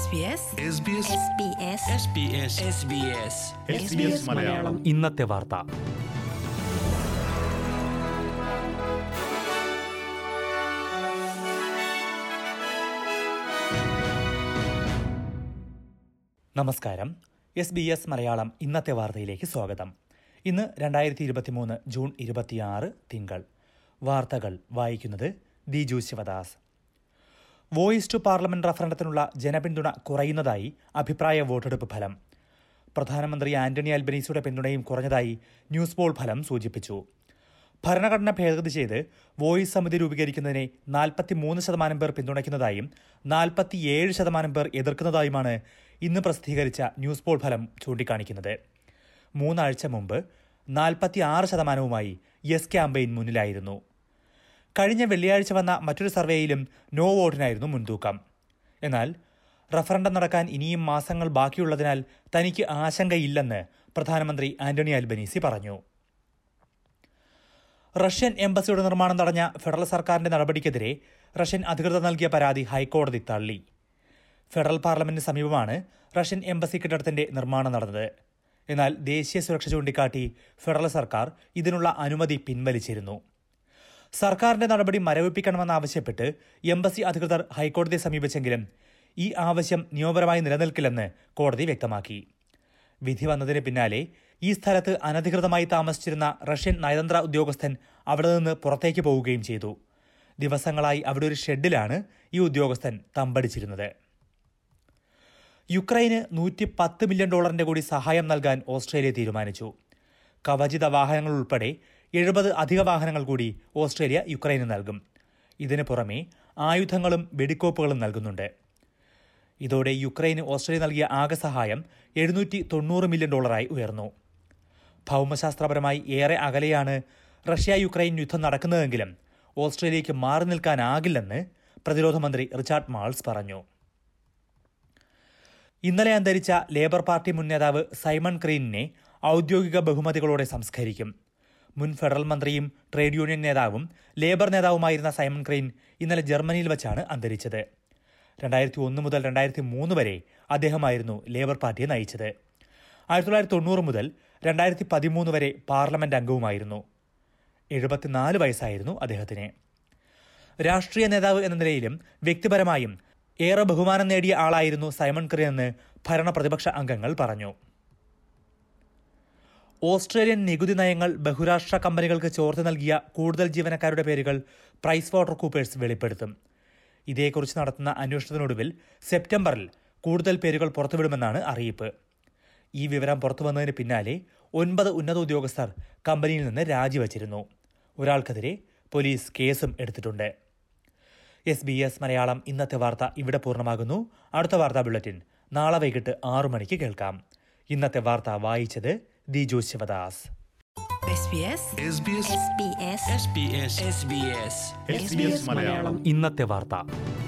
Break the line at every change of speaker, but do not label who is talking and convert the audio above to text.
SBS
SBS
Malayalam
ഇന്നത്തെ വാർത്ത നമസ്കാരം എസ് ബി എസ് മലയാളം ഇന്നത്തെ വാർത്തയിലേക്ക് സ്വാഗതം ഇന്ന് രണ്ടായിരത്തി ഇരുപത്തിമൂന്ന് ജൂൺ ഇരുപത്തിയാറ് തിങ്കൾ വാർത്തകൾ വായിക്കുന്നത് Diju Sivadas voice to parliament റഫറണ്ടത്തിനുള്ള ജനപിന്തുണ കുറയുന്നതായി അഭിപ്രായ വോട്ടെടുപ്പ് ഫലം പ്രധാനമന്ത്രി ആന്റണി അൽബനീസിയുടെ പിന്തുണയും കുറഞ്ഞതായി ന്യൂസ് പോൾ ഫലം സൂചിപ്പിച്ചു ഭരണഘടന ഭേദഗതി ചെയ്ത് വോയിസ് സമിതി രൂപീകരിക്കുന്നതിനെ നാൽപ്പത്തിമൂന്ന് ശതമാനം പേർ പിന്തുണയ്ക്കുന്നതായും നാൽപ്പത്തിയേഴ് ശതമാനം പേർ എതിർക്കുന്നതായുമാണ് ഇന്ന് പ്രസിദ്ധീകരിച്ച ന്യൂസ് പോൾ ഫലം ചൂണ്ടിക്കാണിക്കുന്നത് മൂന്നാഴ്ച മുമ്പ് നാൽപ്പത്തിയാറ് ശതമാനവുമായി യെസ് ക്യാമ്പയിൻ മുന്നിലായിരുന്നു കഴിഞ്ഞ വെള്ളിയാഴ്ച വന്ന മറ്റൊരു സർവേയിലും നോ വോട്ടിനായിരുന്നു മുൻതൂക്കം എന്നാൽ റഫറണ്ടം നടക്കാൻ ഇനിയും മാസങ്ങൾ ബാക്കിയുള്ളതിനാൽ തനിക്ക് ആശങ്കയില്ലെന്ന് പ്രധാനമന്ത്രി ആന്റണി അൽബനീസി പറഞ്ഞു റഷ്യൻ എംബസിയുടെ നിർമ്മാണം തടഞ്ഞ ഫെഡറൽ സർക്കാരിന്റെ നടപടിക്കെതിരെ റഷ്യൻ അധികൃതർ നൽകിയ പരാതി ഹൈക്കോടതി തള്ളി ഫെഡറൽ പാർലമെന്റിന് സമീപമാണ് റഷ്യൻ എംബസി കെട്ടിടത്തിന്റെ നിർമ്മാണം നടന്നത് എന്നാൽ ദേശീയ സുരക്ഷ ചൂണ്ടിക്കാട്ടി ഫെഡറൽ സർക്കാർ ഇതിനുള്ള അനുമതി പിൻവലിച്ചിരുന്നു സർക്കാരിന്റെ നടപടി മരവിപ്പിക്കണമെന്നാവശ്യപ്പെട്ട് എംബസി അധികൃതർ ഹൈക്കോടതിയെ സമീപിച്ചെങ്കിലും ഈ ആവശ്യം നിയമപരമായി നിലനിൽക്കില്ലെന്ന് കോടതി വ്യക്തമാക്കി വിധി വന്നതിന് പിന്നാലെ ഈ സ്ഥലത്ത് അനധികൃതമായി താമസിച്ചിരുന്ന റഷ്യൻ നയതന്ത്ര ഉദ്യോഗസ്ഥൻ അവിടെ നിന്ന് പുറത്തേക്ക് പോവുകയും ചെയ്തു ദിവസങ്ങളായി അവിടെ ഒരു ഷെഡിലാണ് ഈ ഉദ്യോഗസ്ഥൻ തമ്പടിച്ചിരുന്നത് യുക്രൈന് നൂറ്റി പത്ത് മില്യൺ ഡോളറിന്റെ കൂടി സഹായം നൽകാൻ ഓസ്ട്രേലിയ തീരുമാനിച്ചു കവചിത വാഹനങ്ങൾ ഉൾപ്പെടെ എഴുപത് അധിക വാഹനങ്ങൾ കൂടി ഓസ്ട്രേലിയ യുക്രൈന് നൽകും ഇതിന് പുറമെ ആയുധങ്ങളും വെടിക്കോപ്പുകളും നൽകുന്നുണ്ട് ഇതോടെ യുക്രൈന് ഓസ്ട്രേലിയ നൽകിയ ആകെ സഹായം എഴുന്നൂറ്റി തൊണ്ണൂറ് മില്യൺ ഡോളറായി ഉയർന്നു ഭൗമശാസ്ത്രപരമായി ഏറെ അകലെയാണ് റഷ്യ യുക്രൈൻ യുദ്ധം നടക്കുന്നതെങ്കിലും ഓസ്ട്രേലിയയ്ക്ക് മാറി നിൽക്കാനാകില്ലെന്ന് പ്രതിരോധ മന്ത്രി റിച്ചാർഡ് മാൾസ് പറഞ്ഞു ഇന്നലെ അന്തരിച്ച ലേബർ പാർട്ടി മുൻ നേതാവ് സൈമൺ ക്രീനിനെ ഔദ്യോഗിക ബഹുമതികളോടെ സംസ്കരിക്കും മുൻ ഫെഡറൽ മന്ത്രിയും ട്രേഡ് യൂണിയൻ നേതാവും ലേബർ നേതാവുമായിരുന്ന സൈമൺ ക്രീൻ ഇന്നലെ ജർമ്മനിയിൽ വച്ചാണ് അന്തരിച്ചത് രണ്ടായിരത്തി ഒന്ന് മുതൽ രണ്ടായിരത്തി മൂന്ന് വരെ അദ്ദേഹമായിരുന്നു ലേബർ പാർട്ടിയെ നയിച്ചത് ആയിരത്തി തൊള്ളായിരത്തി തൊണ്ണൂറ് മുതൽ രണ്ടായിരത്തി പതിമൂന്ന് വരെ പാർലമെന്റ് അംഗവുമായിരുന്നു എഴുപത്തിനാല് വയസ്സായിരുന്നു അദ്ദേഹത്തിന് രാഷ്ട്രീയ നേതാവ് എന്ന നിലയിലും വ്യക്തിപരമായും ഏറെ ബഹുമാനം നേടിയ ആളായിരുന്നു സൈമൺ ക്രി എന്ന് ഭരണ പ്രതിപക്ഷ അംഗങ്ങൾ പറഞ്ഞു ഓസ്ട്രേലിയൻ നികുതി നയങ്ങൾ ബഹുരാഷ്ട്ര കമ്പനികൾക്ക് ചോർത്തി നൽകിയ കൂടുതൽ ജീവനക്കാരുടെ പേരുകൾ പ്രൈസ് വാട്ടർ കൂപ്പേഴ്സ് വെളിപ്പെടുത്തും ഇതേക്കുറിച്ച് നടത്തുന്ന അന്വേഷണത്തിനൊടുവിൽ സെപ്റ്റംബറിൽ കൂടുതൽ പേരുകൾ പുറത്തുവിടുമെന്നാണ് അറിയിപ്പ് ഈ വിവരം പുറത്തുവന്നതിന് പിന്നാലെ ഒൻപത് ഉന്നത ഉദ്യോഗസ്ഥർ കമ്പനിയിൽ നിന്ന് രാജിവച്ചിരുന്നു ഒരാൾക്കെതിരെ പോലീസ് കേസും എടുത്തിട്ടുണ്ട് എസ് ബി എസ് മലയാളം ഇന്നത്തെ വാർത്ത ഇവിടെ പൂർണ്ണമാകുന്നു അടുത്ത വാർത്താ ബുള്ളറ്റിൻ നാളെ വൈകിട്ട് ആറു മണിക്ക് കേൾക്കാം ഇന്നത്തെ വാർത്ത വായിച്ചത് ദിജു ശിവദാസ്
SBS
SBS
മലയാളം
ഇന്നത്തെ വാർത്ത